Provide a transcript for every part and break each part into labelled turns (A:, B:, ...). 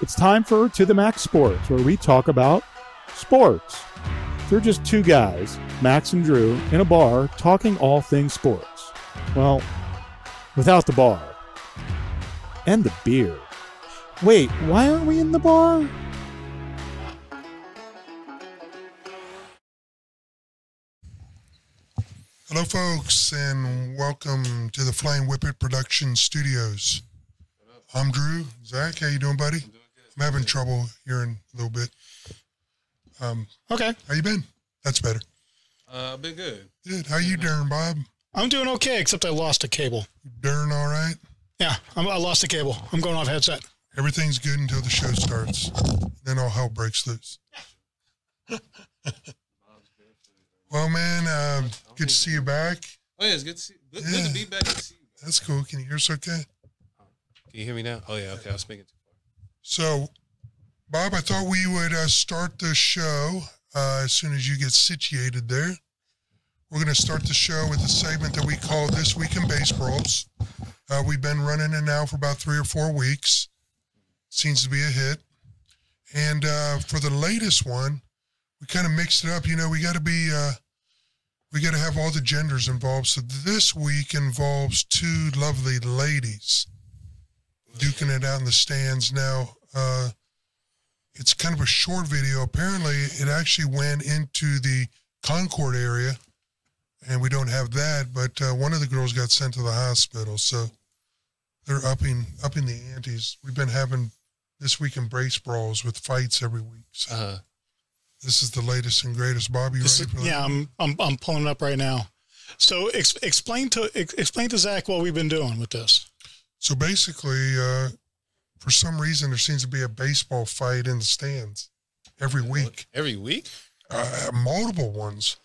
A: It's time for To the Max Sports, where we talk about sports. They're just two guys, Max and Drew, in a bar talking all things sports. Well, without the bar. And the beer. Wait, why aren't we in the bar?
B: Hello, folks, and welcome to the Flame Whippet Production Studios. I'm Drew. Zach, how you doing, buddy? I'm having trouble hearing a little bit. Um,
C: Okay,
B: how you been? That's better.
D: Uh, I've been good.
B: Good. How you doing, Bob?
C: I'm doing okay, except I lost a cable.
B: Darn, all right.
C: Yeah, I'm, I lost a cable. I'm going off headset.
B: Everything's good until the show starts. Then all hell breaks loose. well, man, uh, good to see you back.
D: Oh yeah, it's good to see. Good, good to be back. Good to see you.
B: That's cool. Can you hear us okay?
D: Can you hear me now? Oh yeah. Okay, I was speaking.
B: So, Bob, I thought we would uh, start the show uh, as soon as you get situated there. We're going to start the show with a segment that we call This Week in Baseballs. Uh, we've been running it now for about three or four weeks. Seems to be a hit. And uh, for the latest one, we kind of mixed it up. You know, we got to be, uh, we got to have all the genders involved. So this week involves two lovely ladies duking it out in the stands now. Uh, it's kind of a short video. Apparently, it actually went into the Concord area, and we don't have that. But uh, one of the girls got sent to the hospital, so they're upping upping the antes. We've been having this week in brace brawls with fights every week. So
D: Uh,
B: this is the latest and greatest. Bob, you
C: This
B: ready
C: is-
B: for that?
C: yeah, I'm, I'm I'm pulling it up right now. So ex- explain to ex- explain to Zach what we've been doing with this.
B: So basically, uh, for some reason, there seems to be a baseball fight in the stands every week.
D: every week.
B: uh, multiple ones.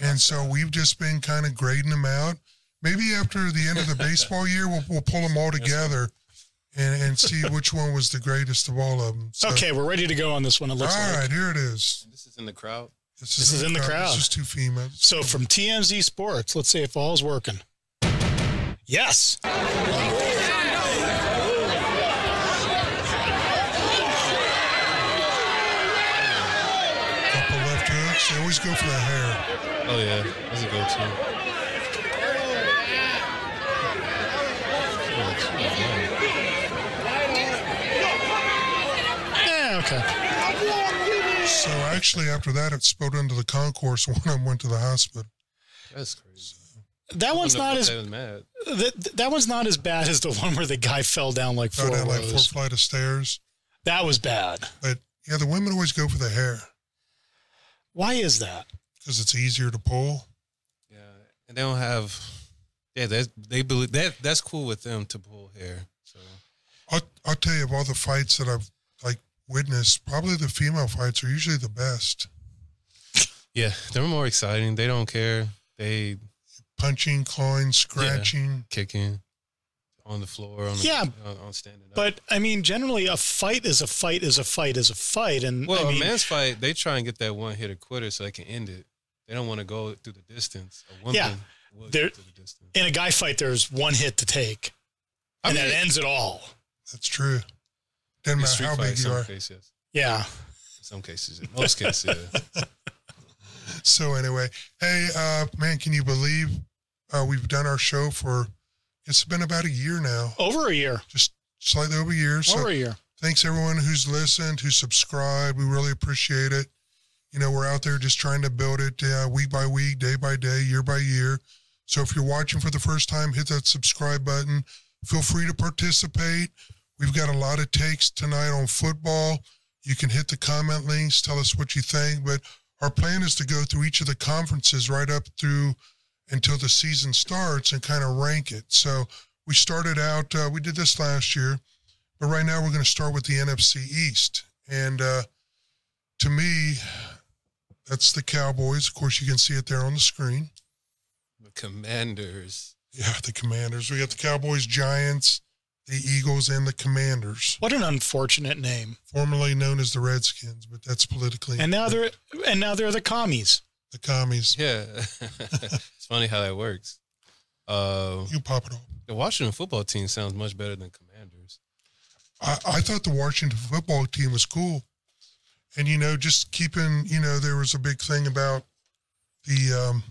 B: And so we've just been kind of grading them out. Maybe after the end of the baseball year, we'll, we'll pull them all together and, and see which one was the greatest of all of them. So,
C: Okay, we're ready to go on this one. It
B: All
C: looks like.
B: right, here it is.
D: This is in the crowd.
C: This is in the crowd.
B: This is two females.
C: So from TMZ Sports, let's see if all's working. Yes.
B: Couple left hooks. They always go for the hair.
D: Oh yeah, that's a go-to.
C: Yeah. Okay.
B: So actually, after that, it spilled into the concourse. One of them went to the hospital.
D: That's crazy.
C: That one's
D: I don't know
C: not
D: if
C: as
D: that was mad.
C: that, that one's not as bad as the one where the guy fell down like
B: Fell
C: four
B: down like four
C: rows.
B: flight of stairs.
C: That was bad.
B: But yeah, the women always go for the hair
C: Why is that?
B: because it's easier to pull.
D: Yeah, and they don't have. Yeah, that they believe that that's cool with them to pull hair. So
B: I'll, I'll tell you of all the fights that I've like witnessed, probably the female fights are usually the best.
D: yeah, they're more exciting. They don't care. They
B: Punching, clawing, scratching.
D: kicking on the floor. On the,
C: Yeah,
D: on, on standing up.
C: But I mean, generally, a fight is a fight is a fight is a fight, and
D: well,
C: I mean,
D: a man's fight, they try and get that one hit or quitter so they can end it. They don't want to go through the distance. A woman
C: Yeah,
D: will
C: they're-
D: get through the distance.
C: in a guy fight, there's one hit to take,
D: I
C: and
D: mean,
C: that ends it all.
B: That's true. Doesn't
D: in
B: matter
D: street
B: how
D: fight,
B: big you
D: some
B: are.
D: cases.
C: Yeah,
D: In some cases, in most cases, yeah.
B: So anyway, hey uh, man, can you believe uh, we've done our show for? It's been about a year now,
C: over a year,
B: just slightly over a year. So
C: over a year.
B: thanks everyone who's listened, who subscribed. We really appreciate it. You know, we're out there just trying to build it uh, week by week, day by day, year by year. So if you're watching for the first time, hit that subscribe button. Feel free to participate. We've got a lot of takes tonight on football. You can hit the comment links, tell us what you think. But our plan is to go through each of the conferences right up through until the season starts and kind of rank it. So we started out, uh, we did this last year. But right now, we're going to start with the NFC East. And uh, to me, that's the Cowboys. Of course, you can see it there on the screen.
D: The Commanders.
B: Yeah, the Commanders. We got the Cowboys, Giants, the Eagles, and the Commanders,
C: What an unfortunate name.
B: formerly known as the Redskins, but that's politically.
C: And now they're and now they're the commies.
B: the commies.
D: Yeah, it's funny how that works. Uh,
B: You pop it off.
D: the Washington football team sounds much better than Commanders.
B: I, I thought the Washington football team was cool. And, you know, just keeping, you know, there was a big thing about the um,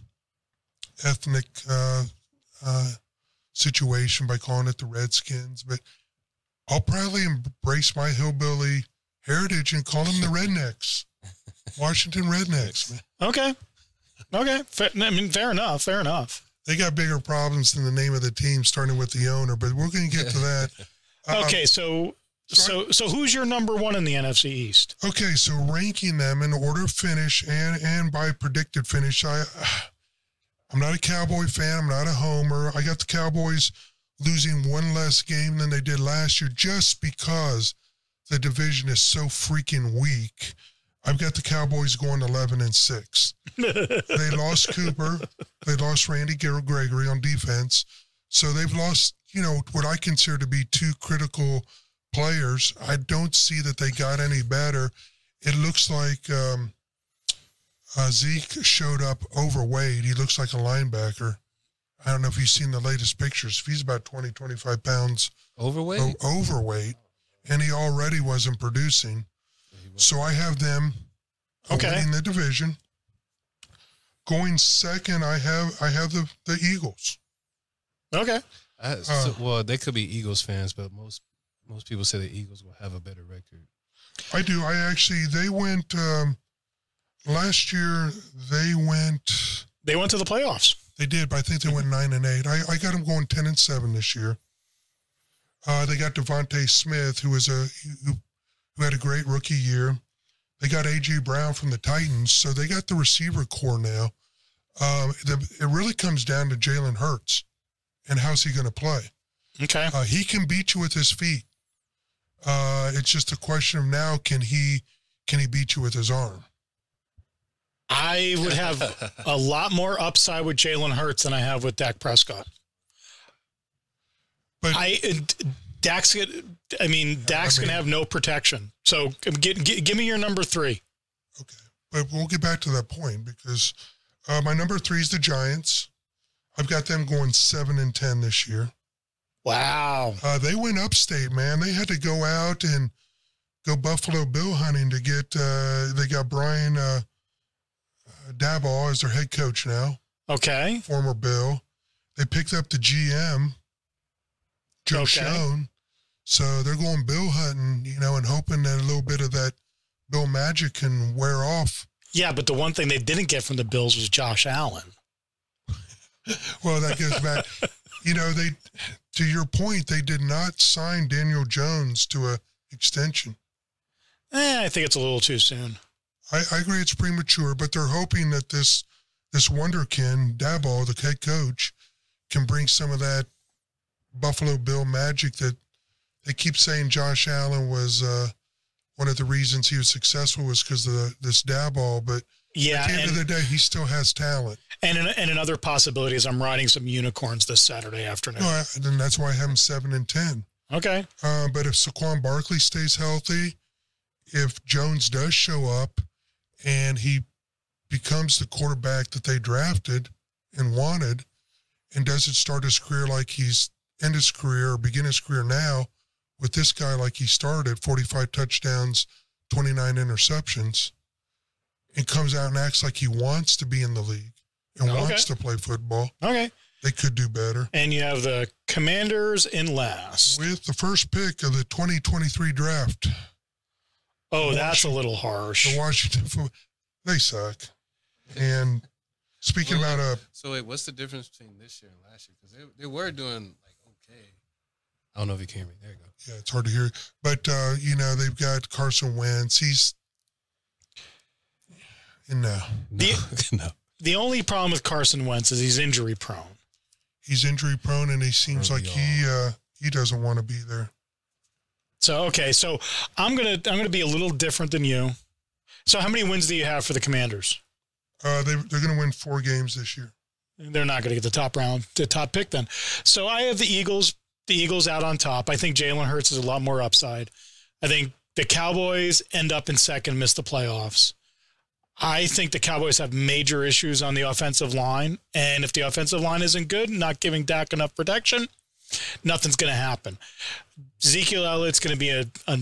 B: ethnic uh, uh, situation by calling it the Redskins. But I'll proudly embrace my hillbilly heritage and call them the Rednecks, Washington Rednecks, man.
C: Okay. Okay. Fair, I mean, fair enough. Fair enough.
B: They got bigger problems than the name of the team, starting with the owner, but we're going to get to that. Uh,
C: Okay. So, so, so who's your number one in the NFC East?
B: Okay, so ranking them in order of finish and and by predicted finish, I I'm not a Cowboy fan. I'm not a homer. I got the Cowboys losing one less game than they did last year just because the division is so freaking weak. I've got the Cowboys going 11 and 6. they lost Cooper. They lost Randy Gre- Gregory on defense. So they've lost, you know, what I consider to be two critical players. I don't see that they got any better. It looks like um, uh, Zeke showed up overweight. He looks like a linebacker. I don't know if you've seen the latest pictures. He's about 20, 25 pounds
D: Overweight.
B: o- overweight, and he already wasn't producing. So I have them uh,
C: Okay.
B: winning the division. Going second, I have I have the, the Eagles.
C: Okay.
D: I, so-
B: Uh.
D: well, they could be Eagles fans, but most most people say the Eagles will have a better record.
B: I do. I actually they went um, last year. They went.
C: They went to the playoffs.
B: They did, but I think they went nine and eight. I, I got them going ten and seven this year. Uh, they got Devonte Smith, who was a who, who had a great rookie year. They got AJ Brown from the Titans, so they got the receiver core now. Um, the, it really comes down to Jalen Hurts and how's he going to play.
C: Okay.
B: Uh, he can beat you with his feet. Uh, it's just a question of now can he can he beat you with his arm?
C: I would have a lot more upside with Jalen Hurts than I have with Dak Prescott.
B: But-
C: I uh, Dak's gonna- I mean Dak's
B: I mean-
C: gonna have no protection. So get, get, give me your number three.
B: Okay. But we'll get back to that point because uh, my number three is the Giants. I've got them going seven and ten this year.
C: Wow.
B: Uh, they went upstate, man. They had to go out and go Buffalo Bill hunting to get. Uh, they got Brian uh, uh, Dabaugh as their head coach now,
C: Okay.
B: former Bill. They picked up the GM, Joe
C: Okay.
B: Schoen. So they're going Bill hunting, you know, and hoping that a little bit of that Bill magic can wear off
C: Yeah, but the one thing they didn't get from the Bills was Josh Allen.
B: Well, that goes back. you know, they, to your point, they did not sign Daniel Jones to a extension.
C: Eh, I think it's a little too soon.
B: I, I agree it's premature, but they're hoping that this this wonderkin Daball, the head coach, can bring some of that Buffalo Bill magic that they keep saying Josh Allen was uh, one of the reasons he was successful was because of this Daball. But
C: Yeah,
B: at the end of
C: and,
B: the day, he still has talent.
C: and, an- and another possibility is I'm riding some unicorns this Saturday afternoon.
B: No, I, and that's why I have him seven and ten.
C: Okay.
B: Uh, but if Saquon Barkley stays healthy, if Jones does show up and he becomes the quarterback that they drafted and wanted and doesn't start his career like he's end his career or begin his career now with this guy like he started 45 touchdowns, 29 interceptions, and comes out and acts like he wants to be in the league and
C: Okay.
B: wants to play football,
C: Okay.
B: they could do better.
C: And you have the Commanders in last.
B: With the first pick of the 2023 draft,
C: Oh, that's a little harsh.
B: the Washington football, they suck. And speaking about uh,
D: So wait, what's the difference between this year and last year? Because they, they were doing like okay. I don't know if you can hear me. There you go.
B: yeah, it's hard to hear, but uh, you know they've got Carson Wentz. He's and no,
D: No, no.
C: The only problem with Carson Wentz is he's injury prone.
B: he's injury prone, and he seems
D: Early
B: like he uh, he doesn't want to be there.
C: So okay, so I'm gonna I'm gonna be a little different than you. So how many wins do you have for the Commanders?
B: Uh, they they're going to win four games this year.
C: They're not gonna get the top round, the top pick then. So I have the Eagles, the Eagles out on top. I think Jalen Hurts is a lot more upside. I think the Cowboys end up in second, miss the playoffs. I think the Cowboys have major issues on the offensive line, and if the offensive line isn't good, not giving Dak enough protection, nothing's going to happen. Ezekiel Elliott's going to be a a,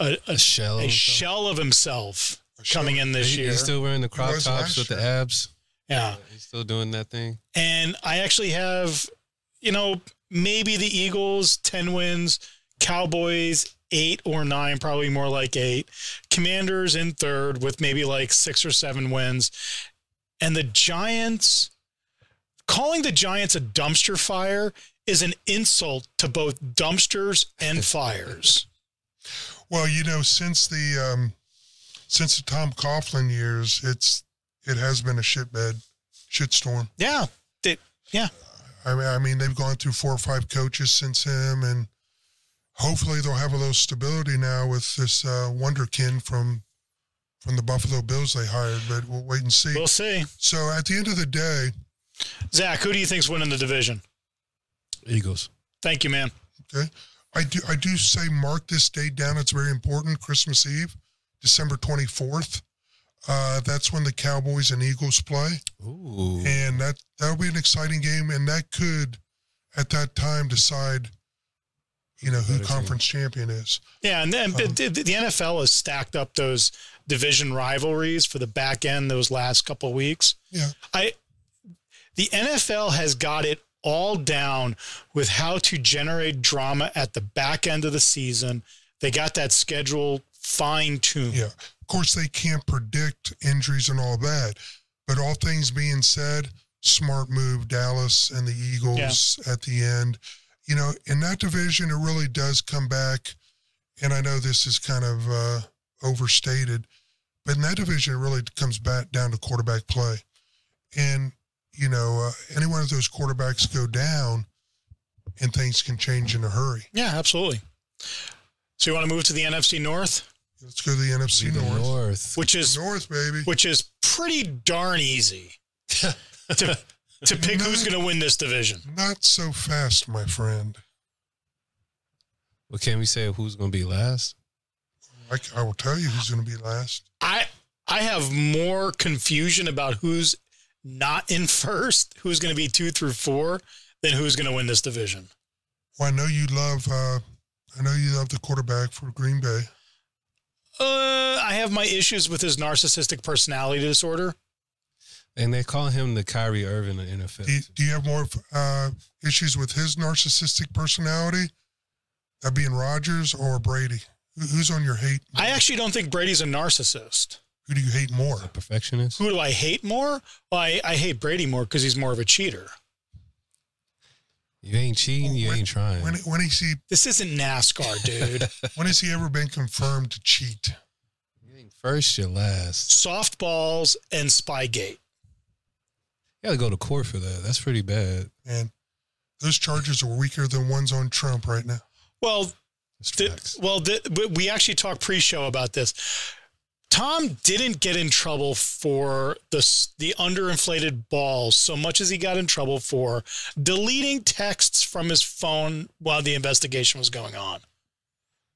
C: a, a,
D: shell.
C: a shell of himself coming in this
D: He-
C: year.
D: He's still wearing the crop
B: was last
D: tops with the
B: year.
D: abs.
C: yeah.
D: He's still doing that thing.
C: And I actually have, you know, maybe the Eagles 10 wins, Cowboys eight or nine, probably more like eight, Commanders in third with maybe like six or seven wins. And the Giants, calling the Giants a dumpster fire is an insult to both dumpsters and fires.
B: Well, you know, since the um, since the Tom Coughlin years, it's it has been a shitbed, shitstorm.
C: Yeah. They, yeah.
B: I mean, I mean, they've gone through four or five coaches since him, and hopefully they'll have a little stability now with this uh, wonderkin from from the Buffalo Bills they hired. But we'll wait and see.
C: We'll see.
B: So at the end of the day,
C: Zach, who do you think's winning the division?
D: Eagles.
C: Thank you, man.
B: okay, I do I do say mark this date down. It's very important. Christmas Eve, December twenty fourth. Uh, that's when the Cowboys and Eagles play.
D: Ooh.
B: and that that'll be an exciting game, and that could, at that time, decide, you know, who
D: Better team.
B: conference champion is.
C: Yeah, and then the, the the NFL has stacked up those division rivalries for the back end those last couple of weeks.
B: Yeah.
C: I the NFL has got it all down with how to generate drama at the back end of the season. They got that schedule fine tuned.
B: Yeah. Of course, they can't predict injuries and all that, but all things being said, smart move, Dallas and the Eagles at the end. You know, in that division, it really does come back, and I know this is kind of uh, overstated, but in that division, it really comes back down to quarterback play, and you know, uh, any one of those quarterbacks go down, and things can change in a hurry.
C: Yeah, absolutely. So you want to move to the NFC North,
B: Let's go to the NFC
D: The
B: North.
D: North.
C: which is
B: North, baby.
C: which is pretty darn easy to to pick who's going to win this division.
B: Not so fast, my friend.
D: Well, can we say who's going to be last?
B: I, I will tell you who's going to be last.
C: I I have more confusion about who's not in first, who's going to be two through four, than who's going to win this division.
B: Well, Oh, I know you love. Uh, I know you love the quarterback for Green Bay.
C: Uh, I have my issues with his narcissistic personality disorder.
D: And they call him the Kyrie Irving of NFL.
B: Do you, do you have more uh, issues with his narcissistic personality, that being Rodgers or Brady? Who- Who's on your hate?
C: I actually don't think Brady's a narcissist.
B: Who do you hate more?
D: a perfectionist.
C: Who do I hate more? Well, I, I hate Brady more because he's more of a cheater.
D: You ain't cheating. You
B: When-
D: ain't trying.
B: When when is he
C: This isn't NASCAR, dude.
B: when has he ever been confirmed to cheat?
D: you ain't first. You're last.
C: Softballs and Spygate.
D: You got to go to court for that. That's pretty bad.
B: And those charges are weaker than ones on Trump right now.
C: Well,
D: That's
C: Th-
D: facts.
C: well, th- we- we actually talked pre-show about this. Tom didn't get in trouble for the s- the underinflated balls so much as he got in trouble for deleting texts from his phone while the investigation was going on,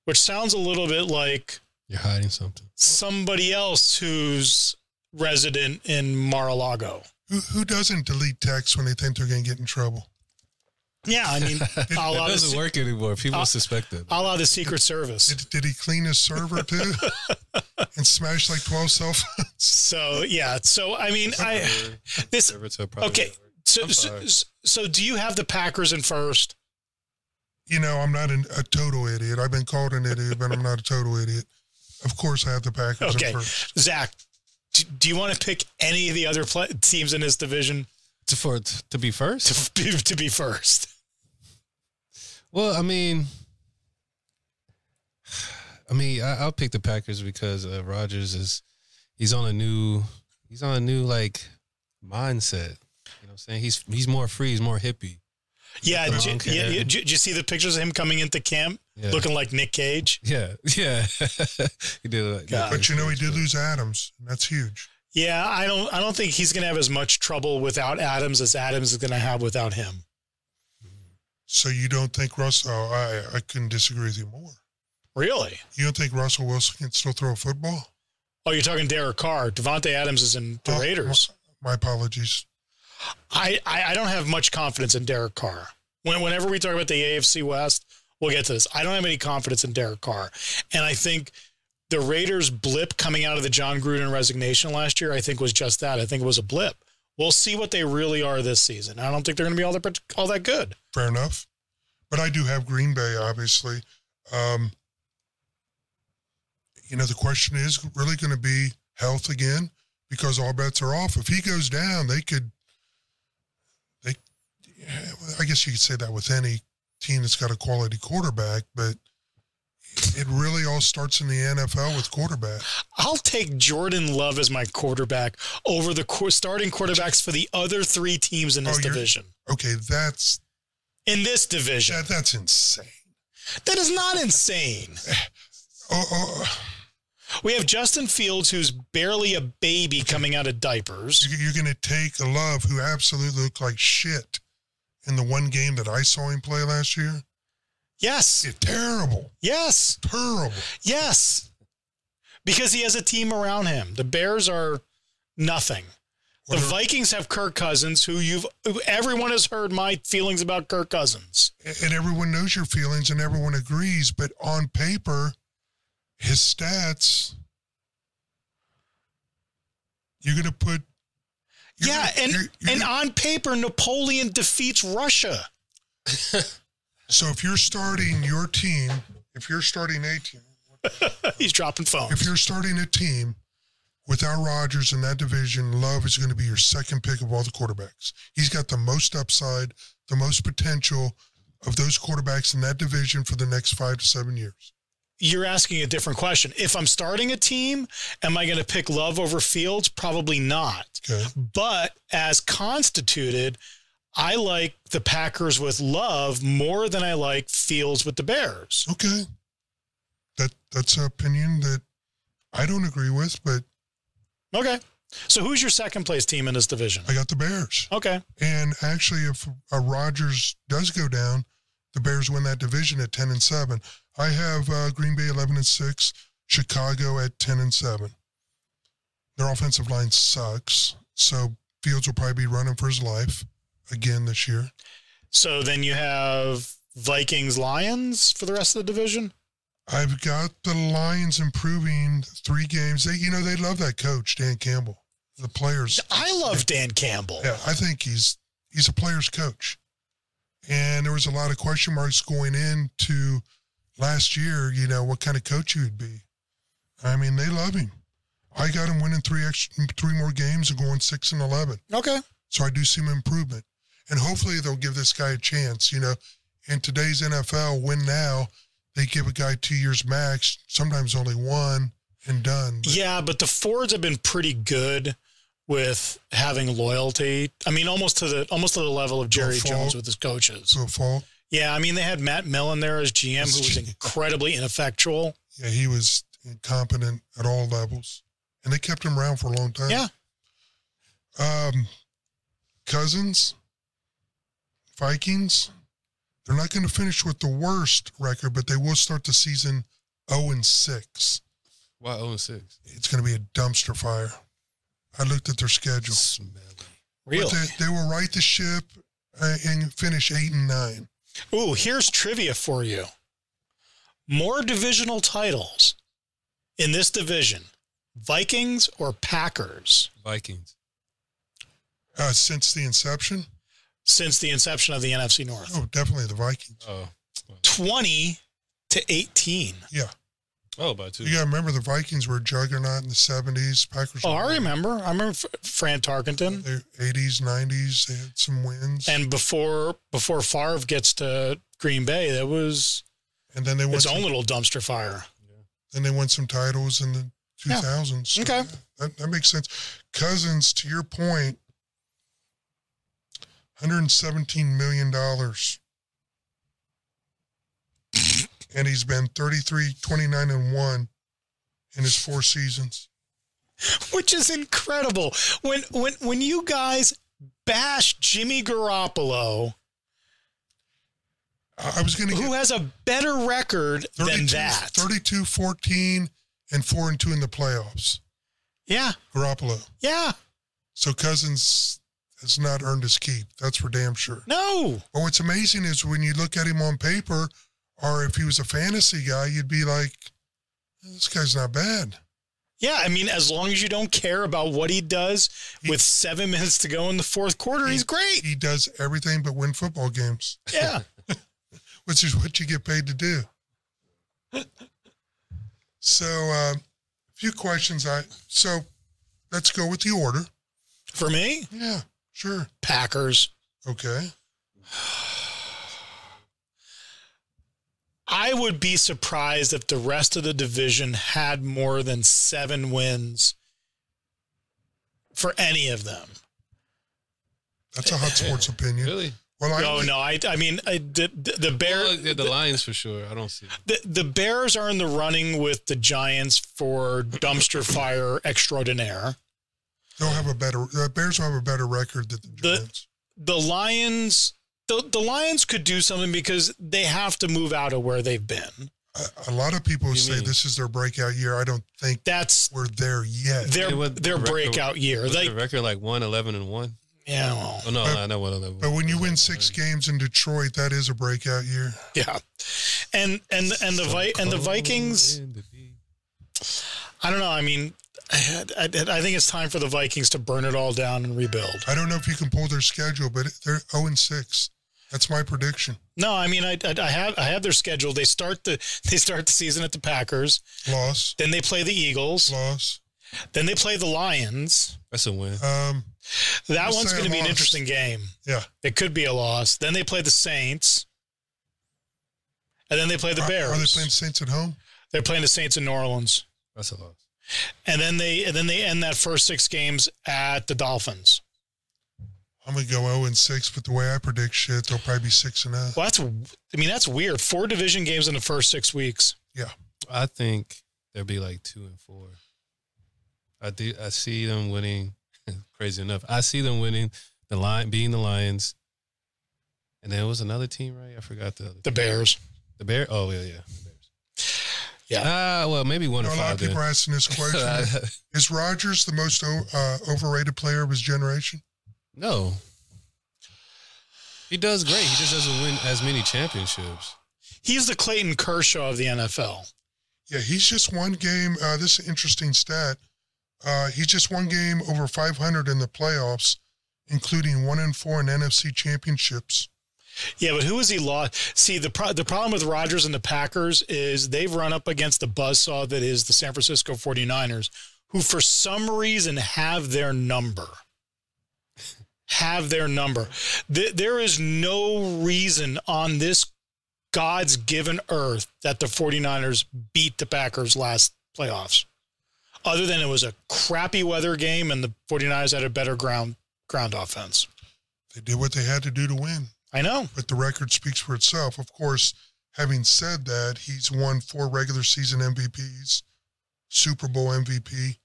C: which sounds a little bit like
D: You're hiding something.
C: somebody else who's resident in Mar-a-Lago.
B: Who who doesn't delete texts when they think they're going to get in trouble?
C: Yeah, I mean, a
D: It
C: la, the,
D: doesn't
C: se-
D: work anymore. People
C: Uh,
D: suspect that.
C: a la the Secret Service.
B: Did, did he clean his server too and smash like twelve cell phones?
C: So yeah, so I mean, I this
D: Never to a problem.
C: Okay, so,
D: I'm
C: so
D: sorry.
C: so- so do you have the Packers in first?
B: you know, I'm not an, a total idiot. I've been called an idiot, but I'm not a total idiot. Of course, I have the Packers
C: Okay,
B: in first.
C: Zach, do, do you want to pick any of the other pla teams in this division
D: To, for to be first.
C: to be, to be first?
D: Well, I mean, I mean, I, I'll pick the Packers because uh, Rogers is he's on a new he's on a new like mindset. You know, what I'm saying he's he's more free, he's more hippie.
C: Yeah,
D: Yeah,
C: j-
D: Oh, okay.
C: yeah, yeah, j- did you see the pictures of him coming into camp
D: Yeah,
C: looking like Nick Cage?
D: yeah, yeah. he did. Like,
C: God.
B: But you know, he did lose Adams, and that's huge.
C: Yeah, I don't I don't think he's going to have as much trouble without Adams as Adams is going to have without him.
B: So you don't think Russell? Oh, I I couldn't disagree with you more.
C: Really?
B: You don't think Russell Wilson can still throw a football?
C: Oh, you're talking Derek Carr. Devontae Adams is in the
B: Oh,
C: Raiders.
B: My apologies.
C: I, I, I don't have much confidence in Derek Carr. When, whenever we talk about the AFC West, we'll get to this. I don't have any confidence in Derek Carr, and I think the Raiders blip coming out of the John Gruden resignation last year, I think was just that. I think it was a blip. We'll see what they really are this season. I don't think they're going to be all that all that good.
B: Fair enough. But I do have Green Bay, obviously. Um, you know, the question is really going to be health again because all bets are off. If he goes down, they could. They, I guess you could say that with any team that's got a quality quarterback, but it really all starts in the NFL with quarterback.
C: I'll take Jordan Love as my quarterback over the qu- starting quarterbacks for the other three teams in this
B: Oh, you're-
C: division.
B: Okay, that's
C: In this division,
B: that, that's insane.
C: that is not insane.
B: Oh, oh
C: We have Justin Fields, who's barely a baby coming out of diapers.
B: you- you're going to take a Love who absolutely looked like shit in the one game that I saw him play last year.
C: Yes,
B: Yeah, terrible,
C: yes,
B: terrible.
C: yes. Because he has a team around him. The Bears are nothing. The
B: What are-
C: Vikings have Kirk Cousins, who you've who everyone has heard my feelings about Kirk Cousins.
B: and everyone knows your feelings and everyone agrees, but on paper, his stats, you're going to put. you're
C: yeah,
B: gonna-
C: and
B: you're- you're
C: and
B: gonna-
C: on paper, Napoleon defeats Russia.
B: so if you're starting your team, if you're starting a team,
C: He's dropping phones.
B: if you're starting a team without Rodgers in that division, Love is going to be your second pick of all the quarterbacks. He's got the most upside, the most potential of those quarterbacks in that division for the next five to seven years.
C: you're asking a different question. If I'm starting a team, am I going to pick Love over Fields? Probably not.
B: Okay.
C: But as constituted, I like the Packers with Love more than I like Fields with the Bears.
B: Okay. That that's an opinion that I don't agree with, but
C: Okay. So who's your second place team in this division?
B: I got the Bears.
C: Okay.
B: And actually, if a Rodgers does go down, the Bears win that division at ten and seven. I have uh, Green Bay eleven and six, Chicago at ten and seven. Their offensive line sucks, so Fields will probably be running for his life again this year.
C: So then you have Vikings Lions for the rest of the division?
B: I've got the Lions improving three games. They, you know, they love that coach Dan Campbell. The players
C: I love Dan Campbell.
B: Yeah, I think he's he's a player's coach. And there was a lot of question marks going into last year, you know, what kind of coach he would be. I mean, they love him. I got him winning three extra, three more games and going six and eleven.
C: Okay.
B: So I do see an improvement. And hopefully they'll give this guy a chance. You know, in today's NFL, win now, they give a guy two years max, sometimes only one and done. But
C: Yeah, but the Fords have been pretty good with having loyalty. I mean, almost to the almost to the level of Jerry
B: fault.
C: Jones with his coaches.
B: to a fault.
C: Yeah, I mean, they had Matt Millen there as GM, who was incredibly ineffectual.
B: Yeah, he was incompetent at all levels, and they kept him around for a long time.
C: Yeah.
B: Um, Cousins, Vikings, they're not going to finish with the worst record, but they will start the season zero and six.
D: Why 0 6?
B: It's going to be a dumpster fire. I looked at their schedule.
D: Smelly.
C: Really?
B: But they, they will right the ship uh, and finish eight and nine.
C: Ooh, here's trivia for you. More divisional titles in this division: Vikings or Packers
D: Vikings.
B: Uh, since the inception,
C: since the inception of the NFC North?
B: oh, definitely the Vikings.
D: Oh.
C: Twenty to eighteen.
B: Yeah,
D: Oh, by two.
B: you got to remember the Vikings were a juggernaut in the seventies. Packers.
C: Oh,
B: were
C: I remember. I remember F- Fran Tarkenton.
B: their 80s, 90s. They had some wins, and,
C: And before before Favre gets to Green Bay, that was
B: then they won.
C: its own
B: Some,
C: little dumpster fire.
B: then they won some titles in the 2000s. So,
C: Okay.
B: yeah, that, that makes sense. Cousins, to your point, 117 million dollars, and he's been 33, 29, and one in his four seasons.
C: which is incredible. When when when you guys bash Jimmy Garoppolo,
B: I I was going to
C: who
B: get
C: has a better record
B: 32,
C: than that?
B: 32, 14, and four and two in the playoffs.
C: Yeah,
B: Garoppolo.
C: yeah.
B: So Cousins has not earned his keep. That's for damn sure.
C: No.
B: But what's amazing is when you look at him on paper, or if he was a fantasy guy, you'd be like, this guy's not bad.
C: Yeah, I mean, as long as you don't care about what he does
B: He-
C: with seven minutes to go in the fourth quarter, he's great.
B: He does everything but win football games,
C: Yeah.
B: which is what you get paid to do. so, uh, a few questions. I so let's go with the order.
C: For me,
B: Yeah, sure.
C: Packers.
B: Okay.
C: I would be surprised if the rest of the division had more than seven wins for any of them.
B: That's a hot sports opinion.
D: Really?
B: Well, I,
C: Oh, No, no. I, I mean, I, the, the, the Bear,
D: Well, yeah, the Lions for sure. I don't see. Them.
C: the, the Bears are in the running with the Giants for dumpster fire extraordinaire.
B: they'll have a better. The Bears will have a better record than the
C: The-
B: Giants.
C: the Lions the, the Lions could do something because they have to move out of where they've been.
B: a, a lot of people
D: You
B: say
D: mean-
B: this is their breakout year. I don't think
C: That's
B: we're there yet.
C: their
D: It was the
C: their
D: record-
C: breakout year.
D: Was
C: They
D: the record like one eleven and one?
C: yeah, well,
D: Oh no,
B: But-
D: I know one eleven.
B: But when you win six games in Detroit, that is a breakout year.
C: yeah. And and and the Vi- and the Vikings, I don't know. I mean, I, I, I think it's time for the Vikings to burn it all down and rebuild.
B: I don't know if you can pull their schedule, but they're 0 and 6. That's my prediction.
C: No, I mean, I, I, I have I have their schedule. They start the they start the season at the Packers,
B: Loss,
C: then they play the Eagles,
B: loss.
C: then they play the Lions.
D: That's a win.
B: Um,
C: That
B: Let's
C: one's
B: say a
C: going to be an
B: loss.
C: interesting game.
B: yeah,
C: It could be a loss. Then they play the Saints. And then they play the
B: Are-
C: Bears.
B: Are they playing Saints at home?
C: are playing the Saints in New Orleans.
D: That's a loss.
C: And then they and then they end that first six games at the Dolphins.
B: I'm gonna go 0 and 6, but the way I predict shit, they'll probably be six and 0.
C: Well, that's I mean that's weird. Four division games in the first six weeks.
D: I think there'll be like two and four. I do. I see them winning. crazy enough, I see them winning the lion, being the Lions, and there was another team, right? I forgot the other.
C: The Bears.
D: The Bear. Oh yeah, yeah. The Bears.
C: Yeah.
D: Ah, well, maybe one
B: You
D: or
B: know, a lot
D: five.
B: of people
D: Then.
B: are asking this question: Is Rogers the most o- uh, overrated player of his generation?
D: no. He does great. He just doesn't win as many championships.
C: He's the Clayton Kershaw of the NFL.
B: Yeah, he's just one game. Uh, this is an interesting stat. Uh, he's just one game over 500 in the playoffs, including one and four in NFC championships.
C: Yeah, but who is he lost? See, the pro- the problem with Rodgers and the Packers is they've run up against the buzzsaw that is the San Francisco 49ers, who for some reason have their number. Have their number. Th- there is no reason on this God's given earth that the 49ers beat the Packers last playoffs, other than it was a crappy weather game and the 49ers had a better ground ground offense.
B: They did what they had to do to win,
C: I know.
B: but the record speaks for itself. Of course, having said that, he's won four regular season MVPs, Super Bowl MVP,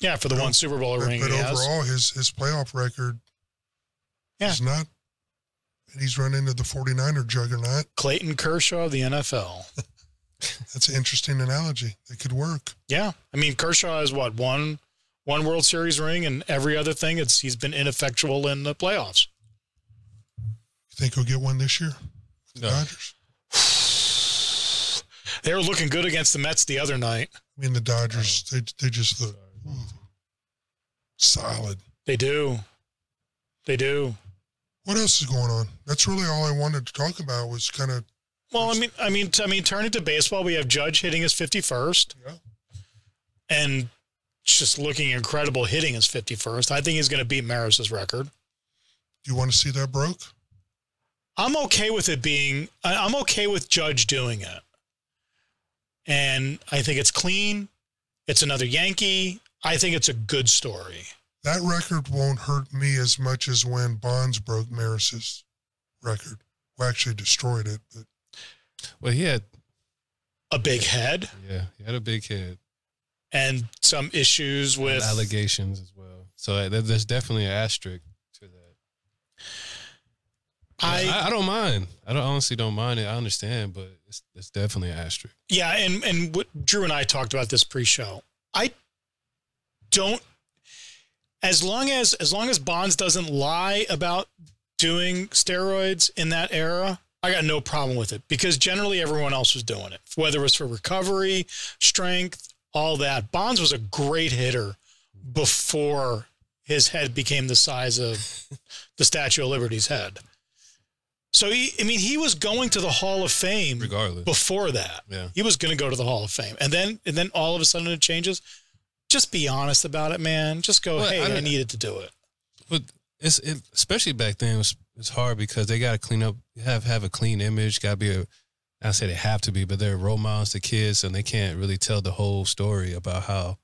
C: Yeah, for the
B: But-
C: one Super Bowl
B: but,
C: ring
B: but
C: he has.
B: overall, his his playoff record
C: Yeah.
B: is not. And he's run into the 49er juggernaut.
C: Clayton Kershaw of the NFL.
B: That's an interesting analogy. It could work.
C: Yeah, I mean Kershaw has what one one World Series ring and every other thing. It's he's been ineffectual in the playoffs.
B: You think he'll get one this year?
D: No.
B: Dodgers.
C: They were looking good against the Mets the other night.
B: I mean, the Dodgers, they, they just look solid.
C: They do, they do.
B: What else is going on? That's really all I wanted to talk about was kind of,
C: Well, I mean, I mean, I mean, turning to baseball, we have Judge hitting his fifty first,
B: Yeah.
C: and just looking incredible hitting his fifty first. I think he's going to beat Maris's record.
B: do you want to see that broke?
C: I'm okay with it being. I- I'm okay with Judge doing it, and I think it's clean. It's another Yankee. I think it's a good story.
B: That record won't hurt me as much as when Bonds broke Maris's record. Well, actually destroyed it, but
D: Well, he had
C: A big head
D: yeah, he had a big head.
C: and some issues with.
D: and allegations as well. So uh, there- there's definitely an asterisk to that.
C: I
D: I, I don't mind. I don't honestly don't mind it. I understand, but it's it's definitely an asterisk.
C: yeah, and and what Drew and I talked about this pre-show. I don't. as long as as long as Bonds doesn't lie about doing steroids in that era, I got no problem with it because generally everyone else was doing it, whether it was for recovery, strength, all that. Bonds was a great hitter before his head became the size of the Statue of Liberty's head. So he, I mean, he was going to the Hall of Fame
D: regardless.
C: before that.
D: Yeah.
C: He was going to go to the Hall of Fame, and then and then all of a sudden it changes. Just be honest about it, man. Just go,
D: Well,
C: hey,
D: I
C: I,
D: don't-
C: needed to do it.
D: But it's it, especially back then. It's, it's hard because they got to clean up, have have a clean image. Got to be a, I say they have to be, but they're role models to kids, and they can't really tell the whole story about how,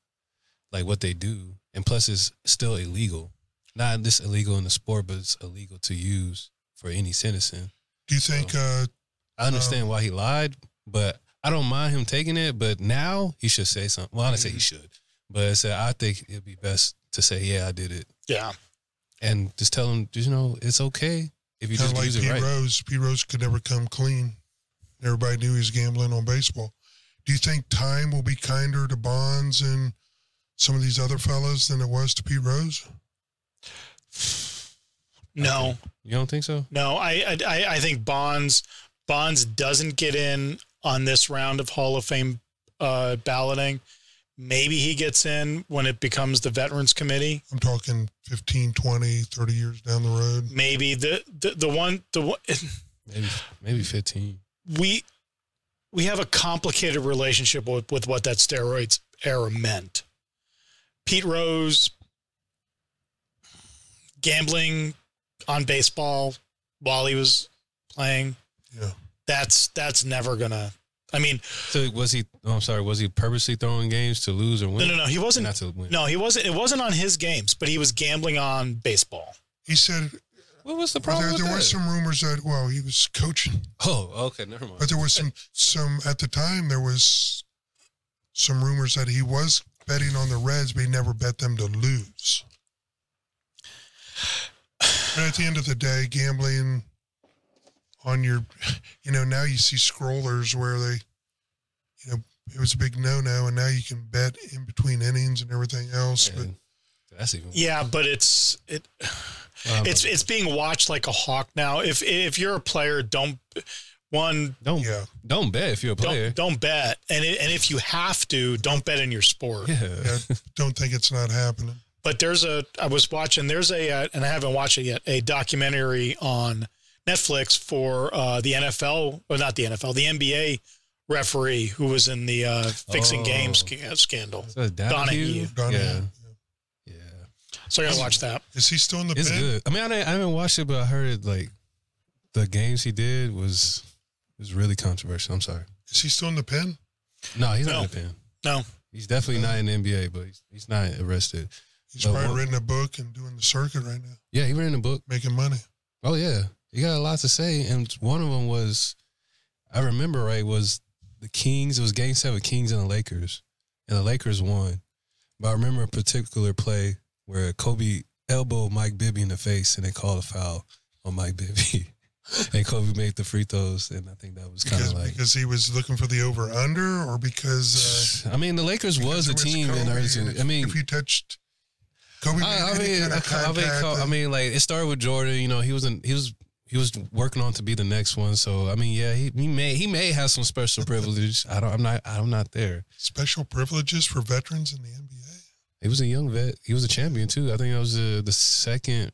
D: like what they do. And plus, it's still illegal. Not just illegal in the sport, but it's illegal to use for any citizen.
B: Do you think uh,
D: I understand why he lied, but I don't mind him taking it. But now he should say something. Well, I don't say he should, but I said I think it'd be best to say, "Yeah, I did it."
C: Yeah.
D: and just tell them, you know, it's okay if you
B: kind
D: just
B: of like
D: use
B: Pete
D: it right.
B: Rose? Pete Rose could never come clean. Everybody knew he was gambling on baseball. Do you think time will be kinder to Bonds and some of these other fellas than it was to Pete Rose?
C: No.
D: You don't think so?
C: No, I, I- I I think Bonds Bonds doesn't get in on this round of Hall of Fame uh, balloting. Maybe he gets in when it becomes the Veterans Committee.
B: I'm talking 15, 20, 30 years down the road.
C: Maybe the the, the one the one,
D: Maybe maybe fifteen.
C: we we have a complicated relationship with, with what that steroids era meant. Pete Rose gambling on baseball while he was playing.
B: Yeah.
C: That's that's never gonna I mean
D: So was he? Oh, I'm sorry. Was he purposely throwing games to lose or
C: No,
D: win?
C: no, no. He wasn't.
D: Not to win.
C: No, he wasn't. It wasn't on his games, but he was gambling on baseball.
B: He said
D: What was the
B: well,
D: problem
B: there,
D: with
B: there
D: that?
B: was some rumors that, well, he was coaching,
D: oh, okay. Never mind.
B: but there was some, some, at the time, there was some rumors that he was betting on the Reds, but he never bet them to lose. But at the end of the day, gambling on your, you know, now you see scrollers where they, you know, it was a big no-no, and now you can bet in between innings and everything else. But
D: Man, that's even.
C: Yeah, but it's it
D: Wow,
C: it's
D: but
C: it's being watched like a hawk now. If if you're a player, don't one
D: don't
B: yeah,
D: don't bet if you're a player.
C: don't don't bet, and it, and if you have to, don't bet in your sport.
D: yeah.
B: don't think it's not happening.
C: But there's a I was watching there's a uh, and I haven't watched it yet a documentary on Netflix for uh, the NFL or not the NFL the NBA referee who was in the uh, fixing
D: Oh.
C: games sca- uh, scandal.
D: So Donahue.
C: Donahue.
D: Yeah.
B: Donahue.
D: Yeah.
C: So I gotta watch that.
B: Is he still in the
D: It's
B: pen?
D: good. I mean, I, didn't- I haven't watched it, but I heard it, like the games he did was was really controversial. I'm sorry.
B: Is he still in the pen?
D: No, he's
C: No.
D: not in the pen.
C: No.
D: He's definitely not in the NBA, but he's, he's not arrested.
B: He's
D: No,
B: probably
D: what-
B: written a book and doing the circuit right now,
D: Yeah, he written a book.
B: making money.
D: Oh yeah, he got a lot to say, and one of them was, I remember right was the Kings. It was Game Seven, Kings and the Lakers, and the Lakers won. But I remember a particular play where Kobe elbowed Mike Bibby in the face, and they called a foul on Mike Bibby, and Kobe made the free throws, and I think that was kind
B: Because,
D: of like.
B: because he was looking for the over under, or because,
D: I mean, the Lakers
B: uh,
D: was
B: because
D: a
B: it
D: team in
B: Kobe, and
D: Arizona.
B: if-
D: I mean,
B: if you touched Kobe,
D: I, I
B: made any
D: mean,
B: kind
D: I,
B: of
D: I mean,
B: contact,
D: Co- I
B: uh,
D: mean, like it started with Jordan. You know, he was in, he was he was working on to be the next one. So I mean, yeah, he, he may he may have some special privilege. I don't. I'm not. I'm not there.
B: special privileges for veterans in the NBA.
D: He was a young vet. He was a champion too. I think that was the the second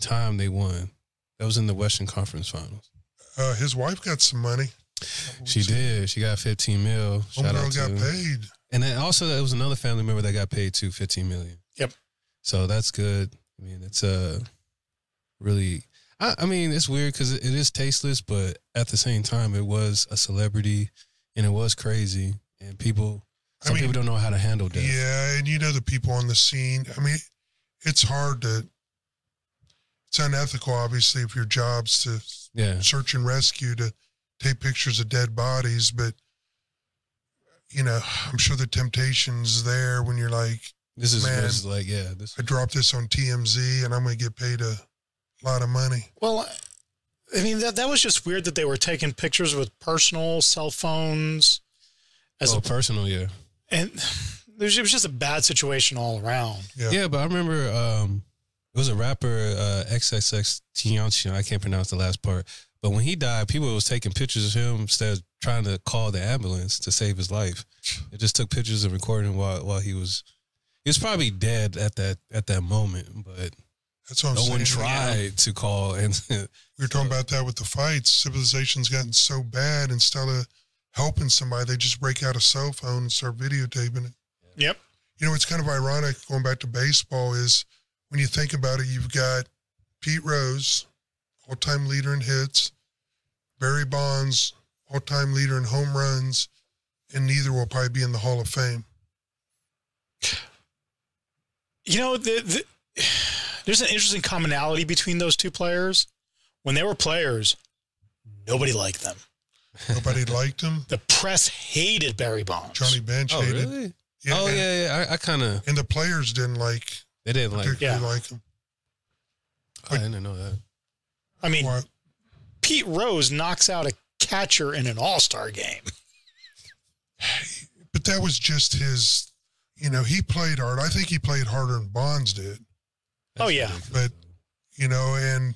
D: time they won. That was in the Western Conference Finals.
B: Uh, his wife got some money.
D: She did. She got 15 mil. Shout out
B: Oh, Homegirl
D: to
B: got paid.
D: And then also there was another family member that got paid too, fifteen million.
C: Yep.
D: So that's good. I mean, it's uh, really. I, I mean, it's weird because it, it is tasteless, but at the same time, it was a celebrity, and it was crazy, and people.
B: I
D: Some
B: mean,
D: people don't know how to handle that.
B: Yeah, and you know the people on the scene. I mean, it's hard to. It's unethical, obviously, if your job's to
D: Yeah.
B: search and rescue to take pictures of dead bodies, but you know, I'm sure the temptation's there when you're like,
D: This is,
B: Man.
D: this is like yeah. This
B: I dropped this on TMZ and I'm gonna get paid a lot of money.
C: Well, I mean that that was just weird that they were taking pictures with personal cell phones as
D: as oh,
C: a,
D: personal yeah.
C: and It was, it was just a bad situation all around.
B: Yeah.
D: Yeah, but I remember um, it was a rapper uh, XXX Tianxian. I can't pronounce the last part, but when he died, people was taking pictures of him instead of trying to call the ambulance to save his life. It just took pictures and recording while while he was. He was probably dead at that at that moment, but
B: That's what I'm
D: no
B: saying.
D: one tried to call. And Oh,
B: We were talking about that with the fights. Civilization's gotten so bad. Instead of helping somebody, they just break out a cell phone and start videotaping it.
C: Yep.
B: You know, it's kind of ironic going back to baseball is when you think about it, you've got Pete Rose, all time leader in hits, Barry Bonds, all time leader in home runs, and neither will probably be in the Hall of Fame.
C: You know, the, the, there's an interesting commonality between those two players. When they were players, nobody liked them.
B: Nobody liked him.
C: The press hated Barry Bonds.
B: Johnny Bench
D: oh
B: hated.
D: really?
B: Yeah,
D: Oh
B: and,
D: yeah, yeah. I, I kind of
B: And the players didn't like
D: they didn't like.
B: particularly like him.
D: I didn't know that.
C: I mean,
B: Why-
C: Pete Rose knocks out a catcher in an All Star game.
B: but that was just his you know he played hard i think he played harder than bonds did
C: Oh, yeah.
D: ridiculous.
B: you know and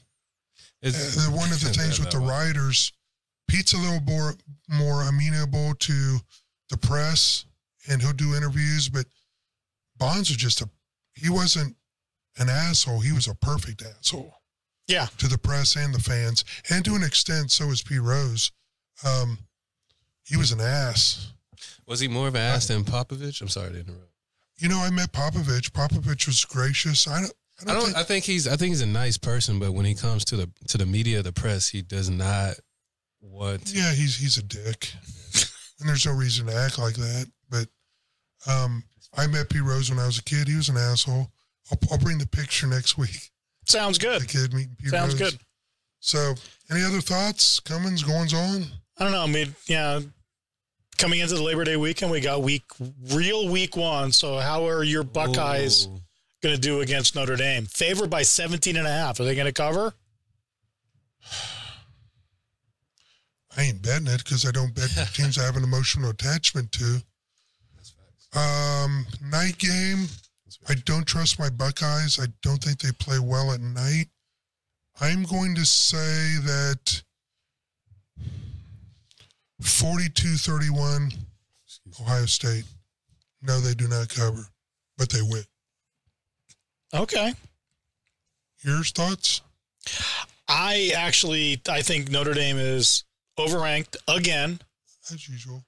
B: uh,
D: It's-
B: one of the things with the
D: That one.
B: writers pete's a little more more amenable to the press and he'll do interviews but bonds was just a he wasn't an asshole he was a perfect asshole
C: Yeah.
B: to the press and the fans and to an extent so is pete rose um, he was an ass
D: Was he more of an ass than Popovich? I'm sorry to interrupt.
B: You know, I met Popovich. Popovich was gracious. I don't. I
D: I
B: don't.
D: don't.
B: think,
D: I think he's. I think he's a nice person, but when he comes to the to the media, the press, he does not want.
B: yeah, he's he's a dick, and there's no reason to act like that. But um, I met P. Rose when I was a kid. He was an asshole. I'll, I'll bring the picture next week.
C: Sounds good.
B: The kid meeting P.
C: Sounds
B: Rose.
C: good.
B: So, any other thoughts? Cummins, goings on.
C: I don't know. I mean, yeah, coming into the Labor Day weekend, we got week real week one. So how are your Buckeyes
D: Ooh.
C: going to do against Notre Dame? Favored by 17 and a half. Are they going to cover?
B: I ain't betting it because I don't bet the teams I have an emotional attachment to. Um, night game. I don't trust my Buckeyes. I don't think they play well at night. I'm going to say that 42 31, Ohio State. No, they do not cover, but they win.
C: Okay.
B: Your thoughts?
C: I actually I think Notre Dame is overranked again,
B: As usual.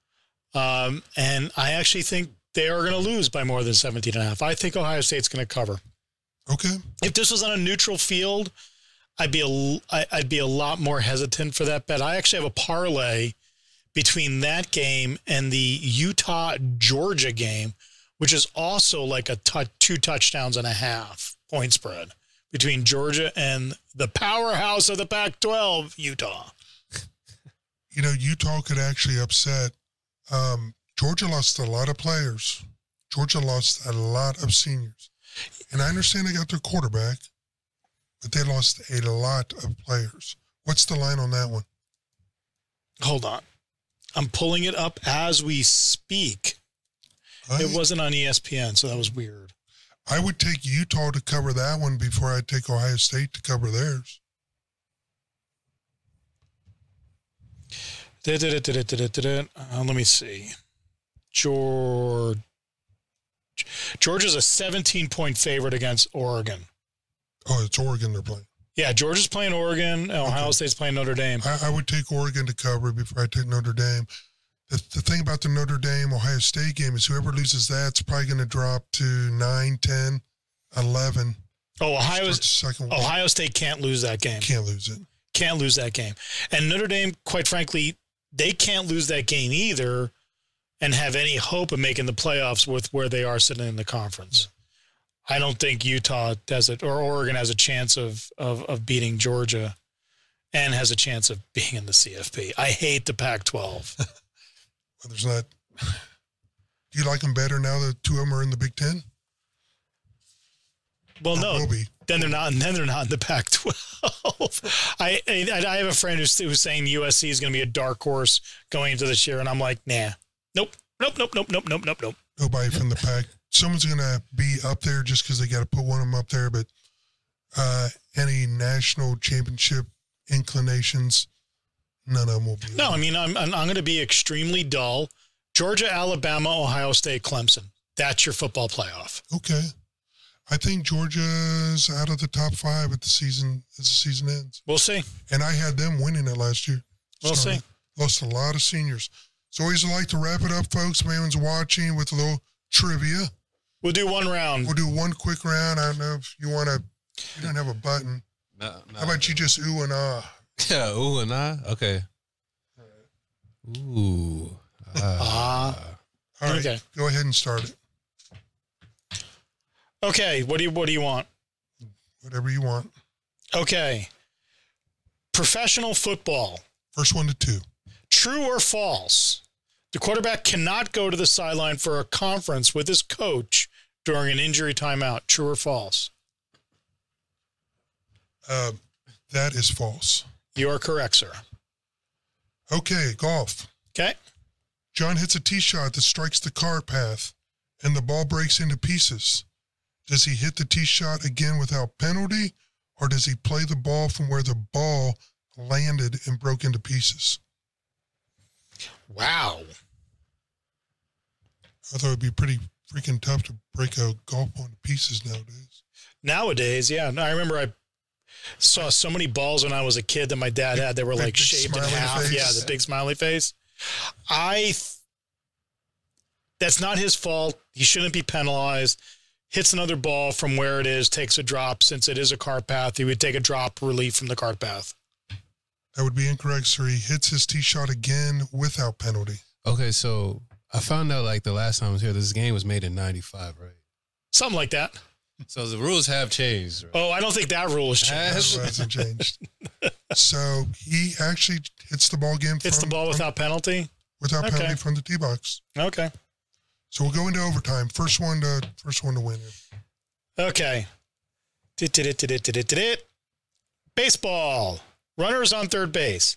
C: um, and I actually think they are going to lose by more than 17 and a half. I think Ohio State's going to cover.
B: Okay.
C: If this was on a neutral field, I'd be a l- I, I'd be a lot more hesitant for that bet. I actually have a parlay between that game and the Utah Georgia game, which is also like a tou- two touchdowns and a half point spread between Georgia and the powerhouse of the Pac-12, Utah.
B: You know, Utah could actually upset. Um, Georgia lost a lot of players. Georgia lost a lot of seniors. And I understand they got their quarterback, but they lost a lot of players. What's the line on that one?
C: Hold on. I'm pulling it up as we speak.
B: I,
C: It wasn't on E ESPN, so that was weird.
B: I would take Utah to cover that one before I take Ohio State to cover theirs.
C: Da, da, da, da, da, da, da, da. Uh, let me see. George. Georgia's a 17 point favorite against Oregon.
B: Oh, it's Oregon they're playing.
C: Yeah, Georgia's playing Oregon. and Ohio State's playing Notre Dame.
B: I, I would take Oregon to cover before I take Notre Dame. The, the thing about the Notre Dame Ohio State game is whoever loses that's probably going to drop to 9, 10, 11. Start
C: Oh, Ohio's,
B: the second one.
C: Ohio State can't lose that game.
B: Can't lose it.
C: Can't lose that game. And Notre Dame, quite frankly, they can't lose that game either and have any hope of making the playoffs with where they are sitting in the conference. I don't think Utah has it or Oregon has a chance of, of of beating Georgia and has a chance of being in the CFP. I hate the Pac twelve.
B: Well, there's not. Do you like them better now that two of them are in the Big Ten?
C: Well,
B: Or
C: no,
B: will be.
C: then they're not, and then they're not in the Pac-12. I, I I have a friend who's, who's saying USC is going to be a dark horse going into this year, and I'm like, nah, nope, nope, nope, nope, nope, nope, nope, nope.
B: Nobody from the Pac someone's going to be up there just because they got to put one of them up there. But uh, any national championship inclinations, none of them will be.
C: No, I
B: there.
C: mean I'm I'm, I'm going to be extremely dull. Georgia, Alabama, Ohio State, Clemson. That's your football playoff.
B: okay. I think Georgia's out of the top five at the season as the season ends,
C: We'll see.
B: and I had them winning it last year.
C: We'll
B: Started- Lost a lot of seniors. So always like to wrap it up, folks. If anyone's watching with a little trivia.
C: We'll do one round.
B: We'll do one quick round. I don't know if you want to. You don't have a button.
D: No, no.
B: How about you just ooh and ah?
D: Yeah. Ooh, and I. Okay. Ooh. Ah.
C: Ah.
B: All right,
C: Okay.
B: go ahead and start it.
C: Okay. What do you What do you want?
B: Whatever you want.
C: Okay. Professional football.
B: First one to two.
C: True or false? The quarterback cannot go to the sideline for a conference with his coach during an injury timeout. True or false?
B: Um, that is false.
C: You are correct, sir.
B: Okay, golf.
C: Okay.
B: John hits a tee shot that strikes the car path, and the ball breaks into pieces. Does he hit the tee shot again without penalty, or does he play the ball from where the ball landed and broke into pieces?
C: Wow.
B: I thought it'd be pretty freaking tough to break a golf ball into pieces nowadays.
C: Nowadays, yeah. I remember I saw so many balls when I was a kid that my dad had. They were
B: Big-
C: like
B: big
C: shaped in
B: smiley
C: half.
B: face.
C: Yeah, the big smiley face. I. Th- that's not his fault. He shouldn't be penalized. Hits another ball from where it is, takes a drop. Since it is a cart path, he would take a drop relief from the cart path.
B: That would be incorrect, sir. He hits his tee shot again without penalty.
D: Okay. So I found out like the last time I was here, this game was made in '95, right?
C: Something like that.
D: So the rules have changed. Right?
C: Oh, I don't think that rule is changed.
B: That
D: Has-
B: hasn't changed. So he actually hits the ball again.
C: Hits the
B: from-
C: ball
B: from-
C: without penalty.
B: without
C: okay.
B: penalty from the tee box.
C: Okay.
B: So we'll go into overtime. First one to first one to win. here.
C: Okay. Dit-dit-dit-dit-dit-dit-dit. Baseball. Runners on third base.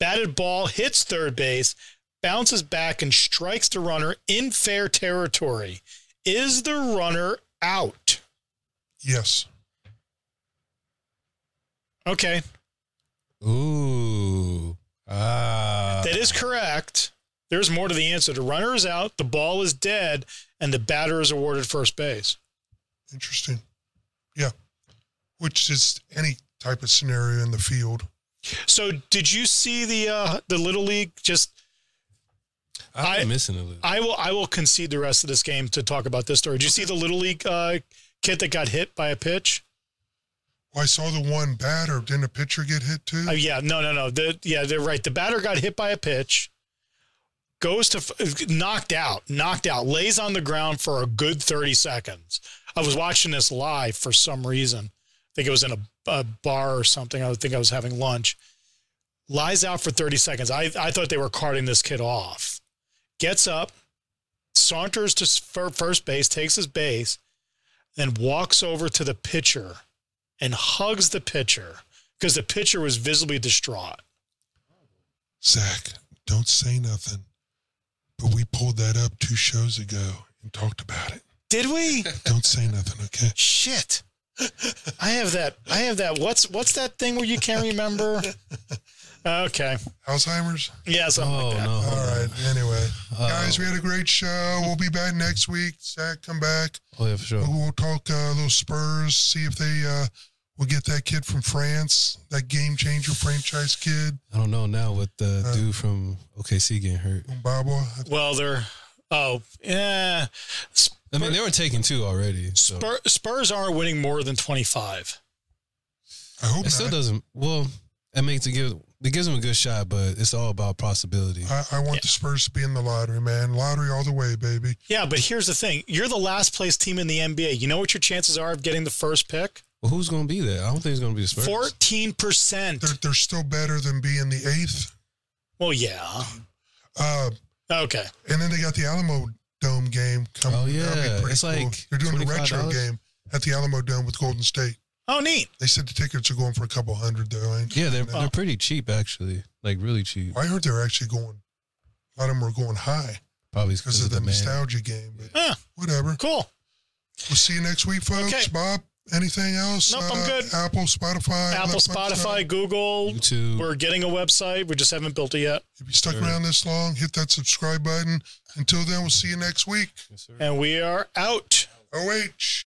C: Batted ball hits third base, bounces back and strikes the runner in fair territory. Is the runner out?
B: Yes,
C: Okay,
D: Ooh. Ah.
C: that is correct. There's more to the answer. The runner is out, the ball is dead, and the batter is awarded first base.
B: interesting. Yeah, which is any type of scenario in the field.
C: So, did you see the uh, the little league just
D: I'm
C: I-
D: missing a little.
C: I will I will concede the rest of this game to talk about this story. Did you see the little league uh, kid that got hit by a pitch?
B: Well, Oh, I saw the one batter. Didn't a pitcher get hit too?
C: Uh, yeah, no, no, no. The, yeah, they're right. The batter got hit by a pitch, goes to f- knocked out, knocked out, lays on the ground for a good thirty seconds. I was watching this live for some reason. I think it was in a, a bar or something. I think I was having lunch. Lies out for thirty seconds. I I thought they were carting this kid off. Gets up, saunters to s- fir- first base, takes his base, then walks over to the pitcher and hugs the pitcher because the pitcher was visibly distraught.
B: Zach, don't say nothing. But we pulled that up two shows ago and talked about it.
C: Did we?
B: Don't say nothing, okay?
C: Shit. I have that. I have that. What's what's that thing where you can't remember? Okay.
B: Alzheimer's?
C: Yeah. Something
D: oh
C: like that.
D: no.
B: All right. Anyway,
D: Uh,
B: guys, we had a great show. We'll be back next week. Zach, come back.
D: Oh yeah, for sure.
B: We'll talk uh, a little Spurs, see if they uh, will get that kid from France, that game changer franchise kid,
D: I don't know now what the
B: Uh,
D: dude from OKC getting hurt.
B: Mbaba.
C: Well, they're. Oh yeah.
D: I mean, they were taking two already. So
C: Spur, Spurs aren't winning more than twenty five.
B: I hope
D: it still
B: not.
D: doesn't. Well, it makes it give it gives them a good shot, but it's all about possibility.
B: I, I want the Spurs to be in the lottery, man. Lottery all the way, baby.
C: Yeah, but here's the thing: you're the last place team in the NBA. You know what your chances are of getting the first pick?
D: Well, who's going to be there? I don't think it's going to be the Spurs.
C: Fourteen percent.
B: They're, they're still better than being the eighth.
C: Well, yeah.
B: Uh,
C: Okay.
B: and then they got the Alamo Dome game coming.
D: Oh, yeah.
B: That'll be pretty
D: It's like
B: they're doing the
D: $25?
B: retro game at the Alamo Dome with Golden State.
C: Oh, neat.
B: They said the tickets are going for a couple hundred though. ain't
D: Yeah, they're
C: Oh.
D: they're pretty cheap actually. Like really cheap.
B: I heard they're actually going. A lot of them are going high
D: Probably because
B: because of the
D: demand.
B: nostalgia game. But
C: Huh,
B: whatever.
C: cool.
B: We'll see you next week, folks.
C: Okay.
B: Bob, anything else? Uh,
C: Nope, I'm good.
B: Apple, Spotify.
C: Apple,
B: let folks know.
C: Spotify, Google.
D: YouTube.
C: We're getting a website. We just haven't built it yet.
B: If you stuck
D: Sure.
B: around this long, hit that subscribe button. Until then, we'll see you next week.
D: Yes, sir.
C: And we are out.
B: OH.